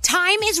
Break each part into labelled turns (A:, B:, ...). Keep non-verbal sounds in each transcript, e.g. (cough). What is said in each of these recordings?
A: Time is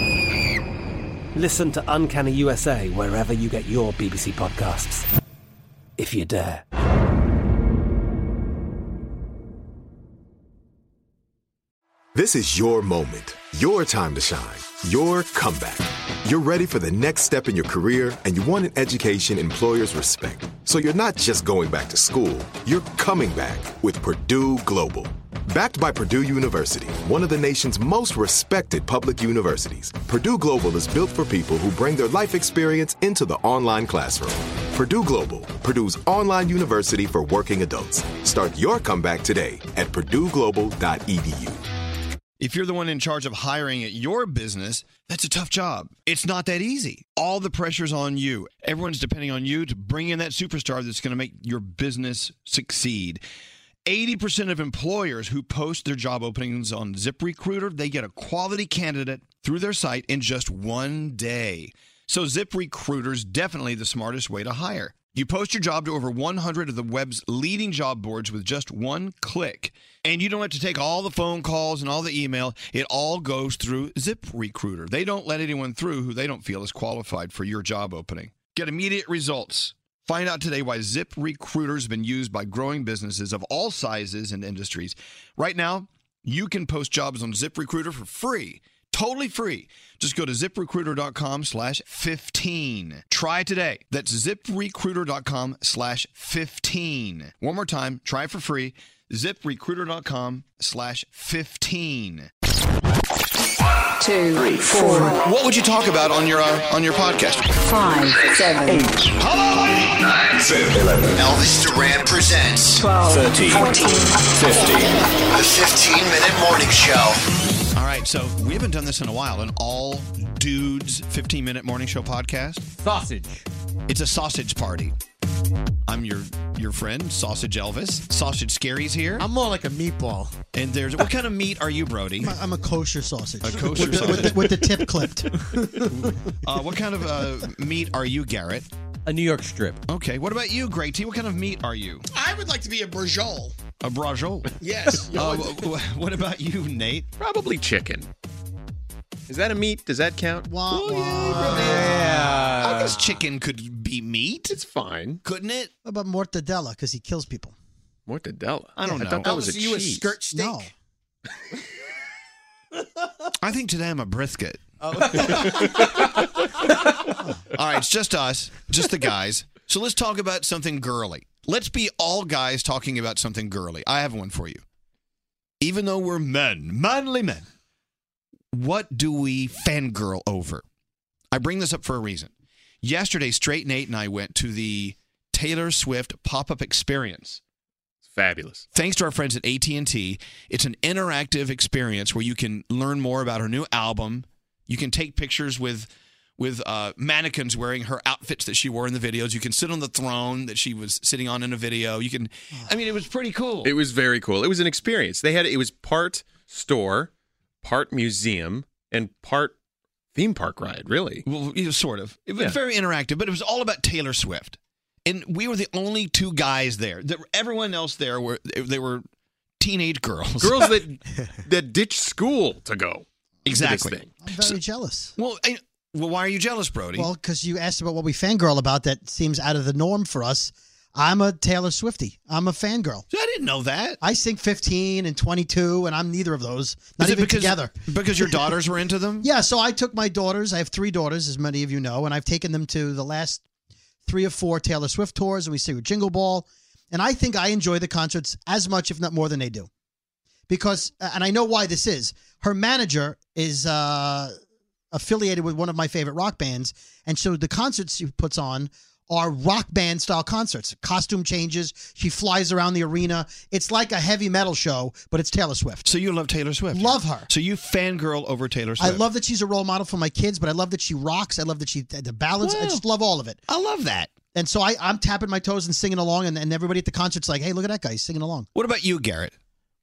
B: Listen to Uncanny USA wherever you get your BBC podcasts, if you dare.
C: This is your moment, your time to shine, your comeback. You're ready for the next step in your career, and you want an education employers respect. So you're not just going back to school, you're coming back with Purdue Global. Backed by Purdue University, one of the nation's most respected public universities, Purdue Global is built for people who bring their life experience into the online classroom. Purdue Global, Purdue's online university for working adults. Start your comeback today at purdueglobal.edu.
D: If you're the one in charge of hiring at your business, that's a tough job. It's not that easy. All the pressure's on you. Everyone's depending on you to bring in that superstar that's going to make your business succeed. 80% of employers who post their job openings on ZipRecruiter, they get a quality candidate through their site in just one day. So ZipRecruiter's definitely the smartest way to hire. You post your job to over 100 of the web's leading job boards with just one click. And you don't have to take all the phone calls and all the email. It all goes through ZipRecruiter. They don't let anyone through who they don't feel is qualified for your job opening. Get immediate results. Find out today why ZipRecruiter's been used by growing businesses of all sizes and industries. Right now, you can post jobs on ZipRecruiter for free, totally free. Just go to ziprecruiter.com slash 15. Try today. That's ziprecruiter.com slash 15. One more time, try it for free. ziprecruiter.com slash 15.
E: Two, three, four,
D: What would you talk about on your uh, on your podcast?
E: five, seven, eight,
F: Elvis Duran presents 12,
D: 13,
F: 14,
D: 15.
F: The 15 Minute Morning Show.
D: All right, so we haven't done this in a while. An all dudes 15 minute morning show podcast. Sausage. It's a sausage party. I'm your your friend, Sausage Elvis. Sausage Scary's here. I'm more like a meatball. And there's what kind of meat are you, Brody?
G: I'm a kosher sausage.
D: A
G: with
D: kosher
G: the, with
D: sausage.
G: the, with the tip clipped.
D: Uh, what kind of uh, meat are you, Garrett? A New York strip. Okay. What about you, Greg T? What kind of meat are you?
H: I would like to be a brajol.
D: A brajol.
H: Yes.
D: (laughs) Uh, wh- wh- what about you, Nate?
I: Probably chicken. Is that a meat? Does that count?
G: Wah,
I: Yeah.
D: I guess chicken could be meat.
I: It's fine.
D: Couldn't it?
G: What about mortadella? Because he kills people.
I: Mortadella.
D: I don't
I: I
D: know.
I: thought that was a cheese.
G: steak?
D: (laughs)
G: No.
D: I think today I'm a brisket. (laughs)
G: Oh.
D: all right, it's just us, just the guys. So let's talk about something girly. Let's be all guys talking about something girly. I have one for you. Even though we're men, manly men, what do we fangirl over? I bring this up for a reason. Yesterday, Straight Nate and I went to the Taylor Swift pop up experience.
I: Fabulous.
D: Thanks to our friends at AT&T, it's an interactive experience where you can learn more about her new album. You can take pictures with with uh, mannequins wearing her outfits that she wore in the videos. You can sit on the throne that she was sitting on in a video. You can I mean it was pretty cool.
I: It was very cool. It was an experience. They had it was part store, part museum, and part theme park ride. Really?
D: Well, you know, sort of. It was
I: Yeah.
D: very interactive, but it was all about Taylor Swift. And we were the only two guys there. The- everyone else there were they were teenage girls. (laughs)
I: Girls that that ditch school to go.
D: Exactly.
I: thing.
G: I'm very jealous.
D: Well, I, well, why are you jealous, Brody?
G: Well, because you asked about what we fangirl about that seems out of the norm for us. I'm a Taylor Swifty. I'm a fangirl.
D: I didn't know that.
G: I sing 15 and 22, and I'm neither of those. Not
D: it
G: even
D: because-
G: together.
D: because your daughters were into them?
G: (laughs) Yeah, so I took my daughters. I have three daughters, as many of you know, and I've taken them to the last three or four Taylor Swift tours, and we sing Jingle Ball. And I think I enjoy the concerts as much, if not more, than they do. Because, and I know why this is. Her manager is uh, affiliated with one of my favorite rock bands, and so the concerts she puts on are rock band style concerts. Costume changes. She flies around the arena. It's like a heavy metal show, but it's Taylor Swift.
D: So you love Taylor Swift?
G: Love her.
D: So you fangirl over Taylor
G: I
D: Swift.
G: love that she's a role model for my kids, but I love that she rocks. I love that she the balance. I just love all of it.
D: I love that.
G: And so I, I'm tapping my toes and singing along, and, and everybody at the concert's like, "Hey, look at that guy he's singing along."
D: What about you, Garrett?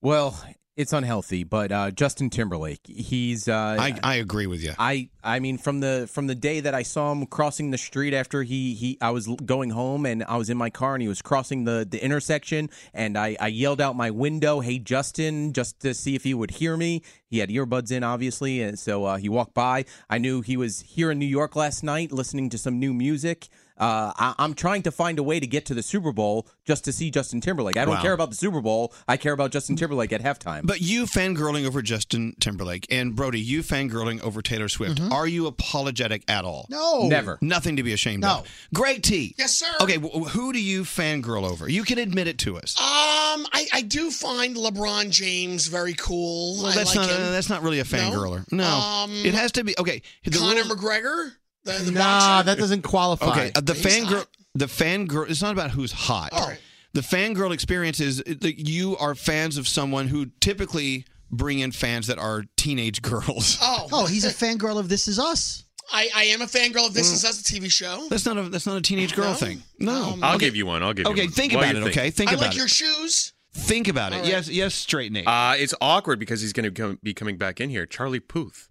J: Well, it's unhealthy, but uh, Justin Timberlake, he's. Uh,
D: I, I agree with you.
J: I I mean, from the from the day that I saw him crossing the street after he he I was l- going home and I was in my car and he was crossing the the intersection and I I yelled out my window, "Hey Justin!" just to see if he would hear me. He had earbuds in, obviously, and so uh, he walked by. I knew he was here in New York last night, listening to some new music. Uh, I, I'm trying to find a way to get to the Super Bowl just to see Justin Timberlake. I don't
D: Wow.
J: care about the Super Bowl. I care about Justin Timberlake at halftime.
D: But you fangirling over Justin Timberlake and Brody, you fangirling over Taylor Swift.
H: Mm-hmm.
D: Are you apologetic at all?
G: No. Never.
D: Nothing to be ashamed
G: No.
D: of. Greg T.
H: Yes, sir.
D: Okay, wh- wh- who do you fangirl over? You can admit it to us.
H: Um, I, I do find LeBron James very cool.
D: Well,
H: I
D: that's
H: like
D: not uh,
H: him.
D: that's not really a fangirler. No,
H: Um,
D: it has to be okay.
H: Conor
D: rule-
H: McGregor. The, the
D: Nah,
H: boxer?
D: that doesn't
K: qualify.
D: Okay, uh, the
H: He's
D: fangirl,
H: hot.
D: the fangirl. It's not about who's hot.
H: All right.
D: The fangirl experience is that you are fans of someone who typically bring in fans that are teenage (laughs) girls.
H: Oh,
G: Oh, he's a fangirl of This Is Us.
H: I, I am a fangirl of
D: Mm.
H: This Is Us, the TV show.
D: That's not a that's not a teenage girl thing. No,
I: I'll give you one. I'll give you
D: Okay,
I: one.
D: think
I: While
D: about
I: you
D: it. Okay, think
H: I
D: about
H: like
D: it.
H: your shoes.
D: think about it.
H: All right.
D: Yes, yes, straight Nate.
I: Uh, it's awkward because he's going to be coming back in here. Charlie Puth.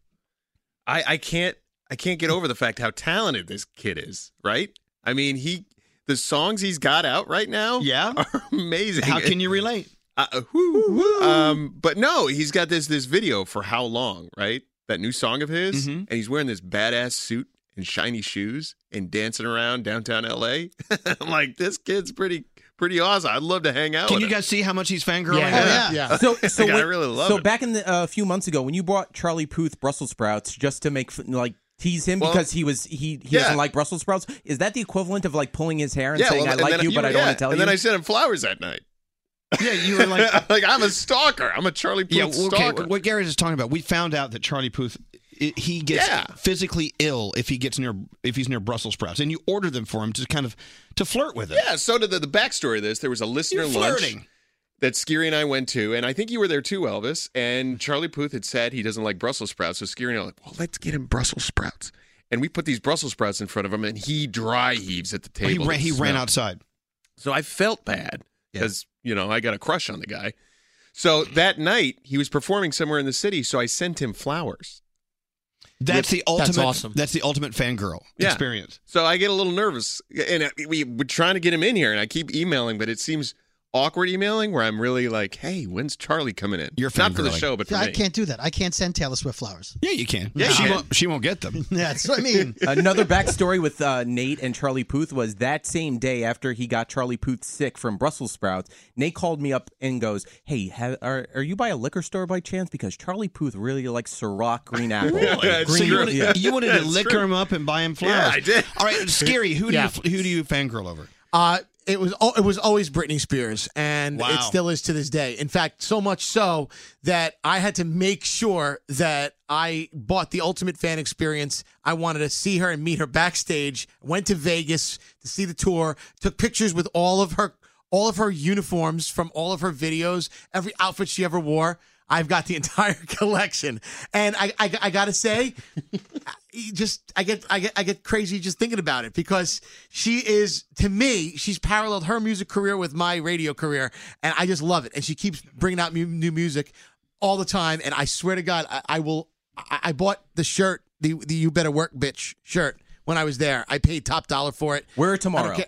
I: I, I can't I can't get over the fact how talented this kid is. Right? I mean, he the songs he's got out right now.
D: Yeah,
I: (laughs) are amazing.
D: How can you relate?
I: Uh, whoo, Um, but no, he's got this this video for how long? Right? That new song of his,
D: Mm-hmm.
I: and he's wearing this badass suit and shiny shoes and dancing around downtown L.A. (laughs) I'm like, this kid's pretty pretty awesome. I'd love to hang out.
D: Can
I: with
D: you
I: him.
D: guys see how much he's fangirling?
I: Yeah.
D: over?
I: Yeah.
J: (laughs)
I: Yeah. (laughs)
J: So, so
I: I think I
J: when-
I: really love
J: so
I: it.
J: back in the, a few months ago, when you brought Charlie Puth Brussels sprouts just to make f- like tease him
I: Well,
J: because he was he he
I: yeah.
J: doesn't like Brussels sprouts, is that the equivalent of like pulling his hair and saying
I: well,
J: I
I: and
J: like
I: then
J: you, but I don't
I: yeah,
J: want to tell
I: and
J: you?
I: then I sent him flowers that night.
D: Yeah, you were like-
I: (laughs) like I'm a stalker. I'm a Charlie Puth
D: Yeah, well, okay.
I: stalker.
D: What Garrett is talking about, we found out that Charlie Puth, i he gets
I: Yeah.
D: physically ill if he gets near if he's near Brussels sprouts, and you order them for him to kind of to flirt with him.
I: Yeah. So to the, the backstory of this, there was a listener
D: You're
I: lunch
D: flirting.
I: that Skiri and I went to, and I think you were there too, Elvis. And Charlie Puth had said he doesn't like Brussels sprouts, so Skiri and I were like, well, let's get him Brussels sprouts. And we put these Brussels sprouts in front of him, and he dry heaves at the
D: Well,
I: table.
D: He ran,
I: to
D: he ran
I: smell.
D: outside.
I: So I felt bad because, you know, I got a crush on the guy. So that night, he was performing somewhere in the city, so I sent him flowers.
D: That's the
I: That's
D: ultimate.
I: awesome.
D: That's the ultimate fangirl
I: Yeah. (laughs)
D: experience.
I: So I get a little nervous, and I- we, we're trying to get him in here, and I keep emailing, but it seems awkward emailing where I'm really like, hey, when's Charlie coming in? You're not
D: fans
I: for
D: are
I: the
D: like-
I: show, but for
G: Yeah, I
I: me.
G: can't do that. I can't send Taylor Swift flowers.
D: Yeah, you can.
G: Yeah, you
D: she
G: can.
D: won't. She won't
H: (laughs)
D: get them.
G: That's what I mean.
J: Another backstory with uh, Nate and Charlie Puth was that same day after he got Charlie Puth sick from Brussels sprouts, Nate called me up and goes, "Hey, ha- are, are you by a liquor store by chance? Because Charlie Puth really likes Ciroc Green Apple.
D: Really?
J: Green,
D: So you wanted-
J: yeah.
D: you wanted to That's liquor true. him up and buy him flowers.
K: I did.
D: All right, Scary, who do
K: Yeah.
D: you who do you fangirl over?
K: Uh, it was al- it was always Britney Spears, and
D: Wow.
K: it still is to this day. In fact, so much so that I had to make sure that I bought the ultimate fan experience. I wanted to see her and meet her backstage. Went to Vegas to see the tour. Took pictures with all of her all of her uniforms from all of her videos, every outfit she ever wore. I've got the (laughs) entire collection, and I I, I gotta say, you e, just I get I get I get crazy just thinking about it because she is to me she's paralleled her music career with my radio career and I just love it and she keeps bringing out mu- new music all the time and I swear to God I, I will I, I bought the shirt the the you better work bitch shirt when I was there I paid top dollar for it
J: wear it
K: I,
D: tomorrow.
K: don't care.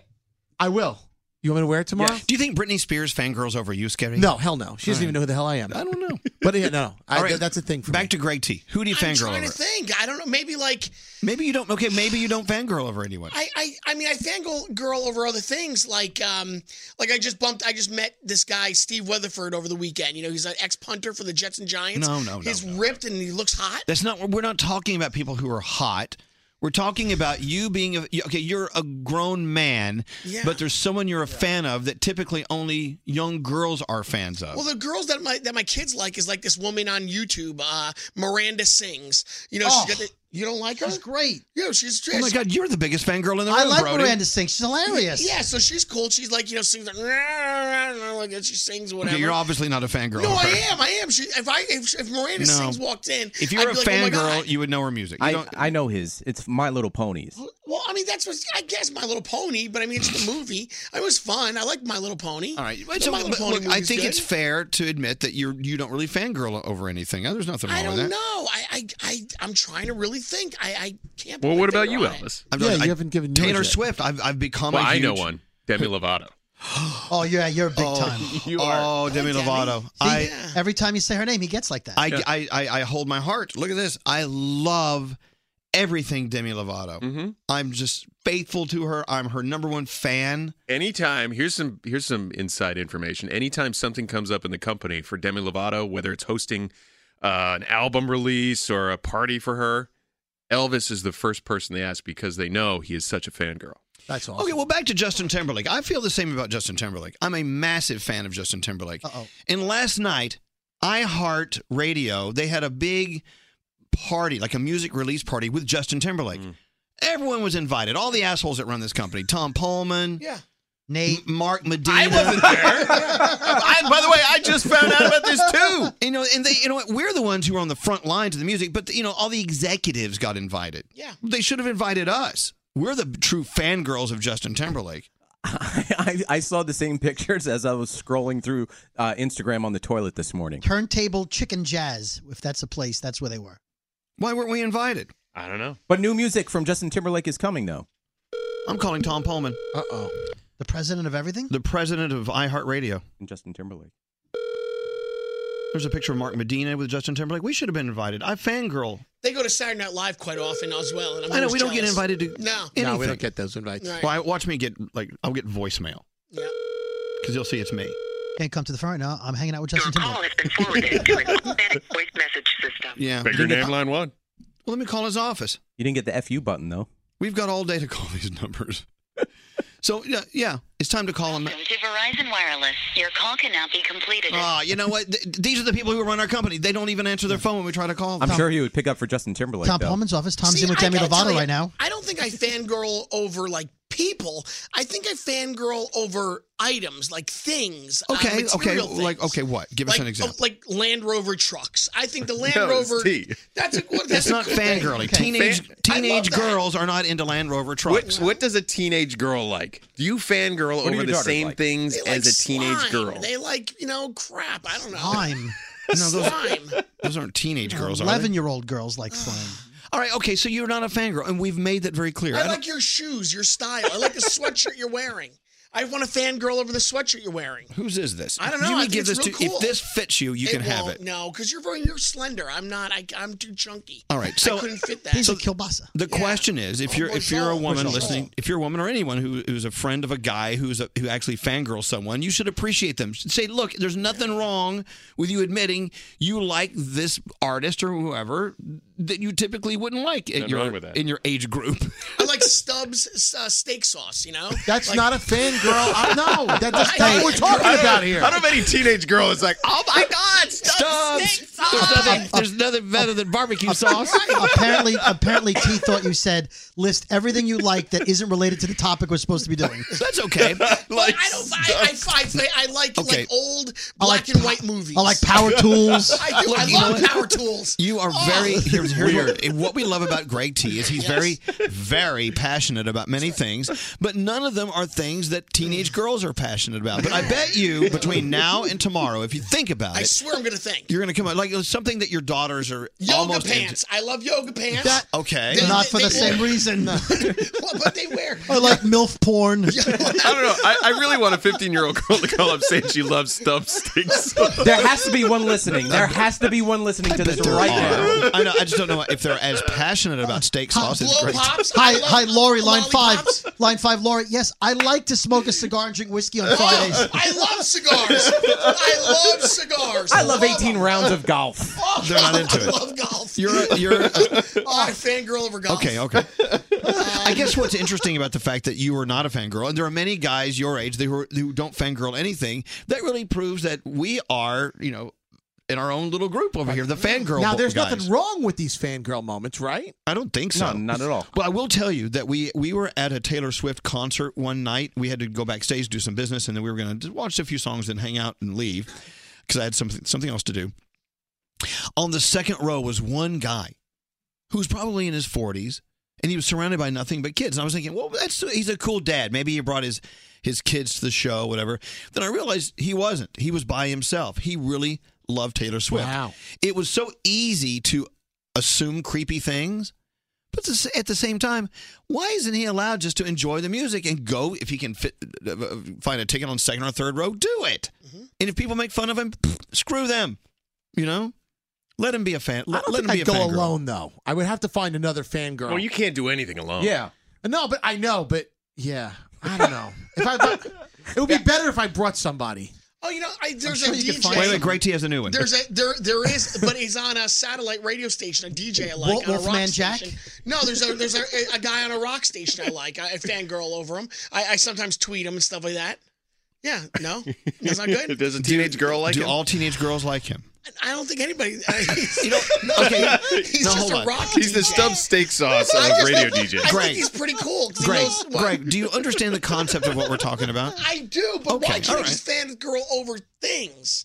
K: I will you want me to wear it tomorrow
D: Do you think Britney Spears fangirls over you, Scary?
K: no hell no she doesn't even know who the hell I am I
D: don't know
K: but yeah no I,
D: (laughs) All right.
K: that's a thing for
D: Back
K: me.
D: to Greg T. Who do you
H: I'm
D: fangirl
H: trying
D: over?
H: to think. I don't know. Maybe like
D: Maybe you don't. Okay, maybe you don't fangirl over anyone.
H: I, I, I mean, I fangirl girl over other things. Like, um, like I just bumped. I just met this guy, Steve Weatherford, over the weekend. You know, he's an ex punter for the Jets and Giants.
D: No, no, no,
H: He's ripped and he looks hot.
D: That's not. We're not talking about people who are hot. We're talking about you being a, okay. You're a grown man,
H: Yeah.
D: but there's someone you're a fan of that typically only young girls are fans of.
H: Well, the girls that my that my kids like is like this woman on YouTube, uh, Miranda Sings. You know,
G: Oh.
H: she's got the, you don't like her? She's
G: great.
H: Yeah, she's.
D: oh my
H: she's-
D: God, you're the biggest fangirl in the room.
G: I like
D: Brody.
G: Miranda Sings. She's hilarious.
H: Yeah, so she's cool. She's like, you know, sings like, "Rah, rah, rah," like that. she sings whatever.
D: Okay, you're obviously not a fangirl.
H: No,
D: of her.
H: I am. I am. She, if I if, if Miranda
D: No.
H: Sings walked in,
D: If you're
H: I'd
D: a
H: be like, oh my
D: fangirl,
H: God.
D: you would know her music. You
J: I,
D: don't,
J: I know his. It's My Little Ponies.
H: well, I mean, that's what I guess My Little Pony, but I mean, it's the movie. It was fun. I like My Little Pony.
D: All right,
H: The
D: so,
H: My Little
D: but
H: Pony
D: look, I
H: movie's
D: think
H: good.
D: it's fair to admit that you're you don't really fangirl over anything. Uh, There's nothing wrong
H: I don't
D: with that.
H: know. I, I I I'm trying to really think. I I can't.
D: Well,
H: put
D: what
H: my
D: about
H: finger
D: you,
H: on it.
D: Elvis?
G: Yeah, you haven't given yours
D: Taylor
G: yet.
D: Swift. I've I've become.
I: Well,
D: a
I: I
D: huge,
I: know one.
D: (laughs)
I: Demi Lovato.
G: Oh, yeah, you're big time.
D: You are. Oh, Demi Lovato.
G: See,
D: I
G: every time you say her name, he gets like that.
D: I, I, I, I hold my heart. Look at this. I love everything Demi Lovato.
I: Mm-hmm.
D: I'm just faithful to her. I'm her number one fan.
I: Anytime, here's some here's some inside information. Anytime something comes up in the company for Demi Lovato, whether it's hosting uh, an album release or a party for her, Elvis is the first person they ask because they know he is such a fangirl. (laughs)
G: That's all.
D: Okay, well, back to Justin Timberlake. I feel the same about Justin Timberlake. I'm a massive fan of Justin Timberlake. Uh-oh. And last night, iHeart Radio, they had a big party, like a music release party with Justin Timberlake. Everyone was invited. All the assholes that run this company. Tom Pullman.
H: Yeah.
D: Nate. Mark Medina. I
I: wasn't there.
D: (laughs)
I: I, by the way, I just found out about this too.
D: You know, and they, you know what? We're the ones who are on the front lines of the music, but you know, all the executives got invited. Yeah, they should have invited us. We're the true fangirls of Justin Timberlake.
J: (laughs) I, I saw the same pictures as I was scrolling through uh, Instagram on the toilet this morning.
G: Turntable Chicken Jazz, if that's a place, that's where they were.
D: Why weren't we invited?
I: I don't know.
J: But new music from Justin Timberlake is coming though.
D: I'm calling Tom Pullman.
G: Uh oh. The president of everything?
D: The president of iHeartRadio.
J: And Justin Timberlake.
D: There's a picture of Mark Medina with Justin Timberlake. We should have been invited. I fangirl.
H: They go to Saturday Night Live quite often as well. And I'm
D: I know
H: always
D: we don't get
H: jealous.
D: invited to.
H: No,
D: anything.
H: no, we don't.
D: get those invites.
H: Right.
D: Well, I, watch me get like I'll get voicemail.
H: Yeah.
D: Because you'll see it's me.
G: Can't come to the phone right now. I'm hanging out with Justin Timberlake.
D: (laughs) Yeah.
I: Pick your name, line one.
D: Well, let me call his office.
J: You didn't get the FU button though.
D: We've got all day to call (laughs) these numbers. so yeah, yeah, it's time to call him.
L: To Verizon Wireless, your call cannot be completed.
D: Ah, you know what? Th- these are the people who run our company. They don't even answer their phone when we try to call them.
J: I'm sure he would pick up for Justin Timberlake.
G: Tom
J: though.
G: Pullman's office. Tom's in with
H: I
G: Demi
H: gotta tell
G: Lovato
H: you,
G: right now.
H: I don't think I fangirl over like people. I think I fangirl over items, like things. uh,
D: Okay, okay,
H: material things.
D: like okay, what? Give us
H: Like,
D: an example.
H: oh, like Land Rover trucks. I think
D: (laughs)
H: the Land
D: No, it's
H: Rover.
D: tea.
H: That's a good. That's
D: That's
H: a
D: not
H: good thing.
D: fangirling.
H: Okay.
D: Teenage
H: Fan- I love
D: teenage
H: that.
D: girls are not into Land Rover
I: What,
D: trucks.
I: what does a teenage girl like? Do you fangirl
D: What do
I: over
D: your
I: the
D: daughters
I: same
D: like?
I: things
H: They
I: as
H: like
I: a teenage
H: slime.
I: girl?
H: They like you know crap. I don't know. (laughs)
G: Slime.
D: No, those,
H: Slime.
D: those aren't teenage girls. Are they?
G: 11 year old girls like slime.
D: All right, okay. So you're not a fangirl, and we've made that very clear. I
H: I
D: don't-
H: like your shoes, your style. I like the sweatshirt you're wearing. I want to fangirl over the sweatshirt you're wearing.
D: Whose is this?
H: I don't know.
D: You
H: I
D: would
H: think
D: give
H: it's
D: this
H: real
D: to.
H: cool.
D: If this fits you, you can have
H: won't,
D: it.
H: No, because you're very- you're slender. I'm not. I, I'm too chunky.
D: All right, so-
H: I couldn't fit that.
D: He's a
G: kielbasa.
D: The question is, if you're if you're a
H: Bonjour.
D: woman
H: Bonjour.
D: listening, if you're a woman or anyone who who's a friend of a guy who's a, who actually fangirls someone, you should appreciate them. Should Say, look, there's nothing wrong with you admitting you like this artist or whoever that you typically wouldn't like at
I: Nothing
D: your
I: wrong with that.
D: in your
H: (laughs)
D: age group.
H: I like Stubbs uh, steak sauce. You know,
K: That's
H: Like-
K: not a fangirl. I- no, that- that's not
H: (laughs) I-
K: what we're talking
H: I don't-
K: about here.
I: I don't have any teenage girl that's like, oh my
H: (laughs)
I: God,
D: Stubbs!
H: steak
D: There's
H: sauce.
D: nothing, there's nothing better than barbecue
H: Oh.
D: sauce.
G: apparently, apparently, T thought you said list everything you like that isn't related to the topic we're supposed to be doing.
D: That's okay.
H: But I don't. Oh, I, I, I, I like
G: Okay.
H: like old
G: I like
H: black and white movies.
G: I like
H: (laughs)
G: power tools.
H: I do.
D: Look,
H: I
D: you know
H: love
D: what?
H: power tools. Oh.
D: You are very here's, here's what, what we love about Greg T is he's very, very passionate about many things, but none of them are things that teenage girls are passionate about. But I bet you between now and tomorrow, if you think about
H: I
D: it,
H: swear I'm gonna think.
D: you're going to come out like something that your daughters are
H: Yoga
D: almost into.
H: pants. I love yoga pants.
D: Okay,
H: They-
G: Not for
H: they-
G: the
H: they-
G: same
H: (laughs)
G: reason.
H: but they wear.
G: I like MILF porn.
I: I don't know. I, I really want a 15 year old girl to call up saying she loves stuffed steaks.
J: There has to be one listening. There has to be one
D: (laughs)
J: listening to this right now.
D: I know. I just don't know if they're as passionate about steak sauce as Greg.
G: Hi, hi, Lori. Line five, line five, Lori. Yes, I like to smoke a cigar and drink whiskey
H: (laughs)
G: on Fridays.
H: Oh, I love cigars. I love cigars.
J: I love 18 rounds of
H: (laughs)
J: golf.
D: They're not into
H: Oh, I
D: it.
H: love golf.
D: You're a, you're
H: (laughs)
D: a,
H: oh, I fangirl over golf.
D: Okay, okay. I guess what's interesting about the fact that you are not a fangirl, and there are many guys your age that who, are- who don't fangirl anything, that really proves that we are, you know, in our own little group over here, the fangirl.
K: Now, there's
D: guys.
K: nothing wrong with these fangirl moments, right?
D: I don't think so.
K: No, not
D: at all. Well, I will tell you that we we were at a Taylor Swift concert one night. We had to go backstage do some business, and then we were going to watch a few songs and hang out and leave because I had something something else to do. On the second row was one guy who was probably in his 40s, and he was surrounded by nothing but kids. And I was thinking, well, that's he's a cool dad. Maybe he brought his his kids to the show, whatever. Then I realized he wasn't. He was by himself. He really loved Taylor Swift. Wow. It was so easy to assume creepy things. But the s- at the same time, why isn't he allowed just to enjoy the music and go if he can fit, uh, uh, find a ticket on second or third row? Do it.
H: Mm-hmm.
D: And if people make fun of him, pfft, screw them. You know, let him be a fan.
K: I
D: Let,
K: don't
D: let him
K: think
D: be
K: I'd
D: a
K: go
D: fangirl.
K: alone though. I would have to find another fangirl.
I: Well, you can't do anything alone.
K: Yeah. No, but I know, but yeah, I don't know. if I, if I- (laughs) it would be better if I brought somebody.
H: (laughs) Oh, you know, I, there's
K: sure
H: a
K: you could
H: DJ.
K: find
D: Wait, wait, Greg T has a new one.
H: There's a there there is, but he's on a satellite radio station, a DJ I like
D: Wolf-
H: on a rock
D: Wolfman Jack?
H: station. No, there's a there's a, a guy on a rock station I like. I, I fangirl over him. I, I sometimes tweet him and stuff like that. Yeah, no, that's not good.
I: (laughs) Does a teenage girl like
D: do
I: him?
D: all teenage girls like him?
H: I don't think anybody. you (laughs)
D: okay,
H: he's
D: no,
H: just
D: hold
H: a
D: on.
H: rock.
I: He's the stuffed steak sauce of a radio DJ.
H: I
D: Greg.
H: think he's pretty cool. 'cause he
D: Greg,
H: knows what-
D: Greg, do you understand the concept of what we're talking about?
H: (laughs) I do, but
D: Okay,
H: why can't
D: all
H: I just fangirl over things?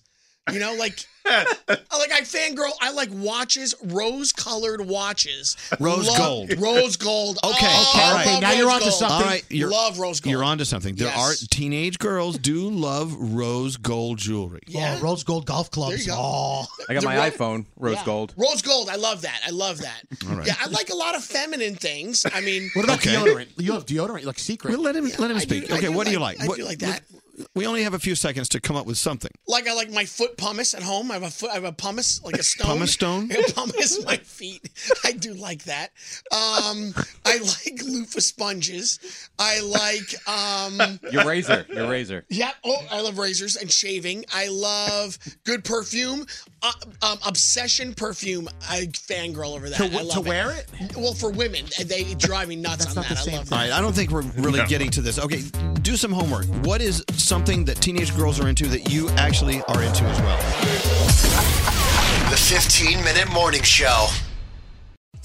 H: You know,
J: (laughs)
H: like, I- like I fangirl. I like watches, rose-colored watches,
D: Rose
H: Love-
D: gold.
H: rose gold.
D: Okay,
H: Oh,
D: okay,
H: I
D: all right.
H: love
D: Now
H: rose
D: you're onto
H: gold.
D: something. All right, you're-
H: love (laughs) rose gold.
D: You're onto something. There
H: Yes.
D: are teenage girls do love rose gold jewelry.
G: Oh, Rose Gold Golf Clubs. Oh,
J: I got my iPhone, rose
H: Yeah.
J: gold.
H: Rose gold. I love that. I love that.
D: All right.
H: Yeah, I like a lot of feminine things. I mean,
K: What about deodorant? You have deodorant, like secret.
D: Well, let him let him speak. okay, what do you like?
H: I
D: What-
H: do like that.
D: We only have a few seconds to come up with something.
H: Like I like my foot pumice at home. I have a foot. I have a
K: (laughs)
H: pumice, like a stone. (laughs)
D: Pumice stone?
H: Yeah, pumice my feet. I do like that. Um, I (laughs) like loofah sponges. I like um.
J: Your razor. Your razor.
H: Yeah. Oh, I love razors and shaving. I love good perfume. Uh, um, obsession perfume. I fangirl over that.
K: To wh-
H: I love
K: to wear it?
H: Well, for women, they drive me nuts on that. I love
D: All right, I don't think we're really getting to this. Okay, do some homework. What is something that teenage girls are into that you actually are into as well?
M: The 15 minute morning show.